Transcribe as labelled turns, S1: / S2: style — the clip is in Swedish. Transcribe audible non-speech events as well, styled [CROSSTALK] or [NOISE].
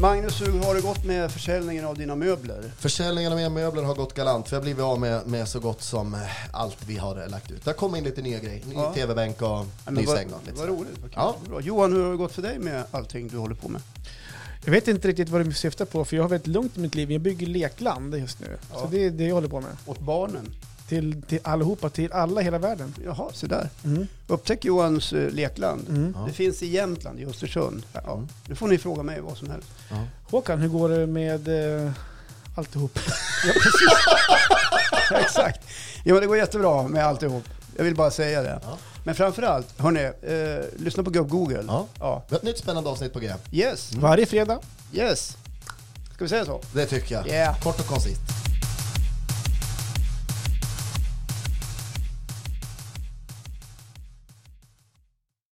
S1: Magnus, hur har det gått med försäljningen av dina möbler?
S2: Försäljningen av e-möbler har gått galant. Vi har blivit av med, med så gott som eh, allt vi har lagt ut. Det har kommit in lite nya grejer. Ny
S1: Ja.
S2: tv-bänk och
S1: Ja,
S2: ny
S1: vad-
S2: säng. och lite
S1: Vad
S2: sånt.
S1: roligt. Vad kul.
S2: Ja.
S1: Bra. Johan, hur har det gått för dig med allting du håller på med?
S3: Jag vet inte riktigt vad du syftar på, för jag har väldigt lugnt i mitt liv. Jag bygger lekland just nu.
S1: Ja.
S3: Så det är det jag håller på med.
S1: Åt barnen?
S3: Till, till allihopa, till alla i hela världen.
S1: Jaha, se där.
S3: Mm.
S1: Upptäck Johans eh, lekland.
S3: Mm.
S2: Ja. Mm.
S1: Det finns i Jämtland, i Östersund. Ja. Nu får ni fråga mig vad som helst. [LAUGHS]
S2: Ja.
S3: Håkan, hur går det med eh, alltihop?
S1: Exakt. Jo, men det går jättebra med alltihop. Jag vill bara säga det.
S2: Ja.
S1: Men framför allt, hörni, eh, lyssna på Gubb Google.
S2: Ja. Mm.
S1: Ja.
S2: Vi har ett nytt spännande avsnitt på G.
S1: Yes,
S3: Varje fredag.
S1: yes. Ska vi säga så?
S2: Det tycker jag.
S1: Yeah.
S2: Kort och koncist.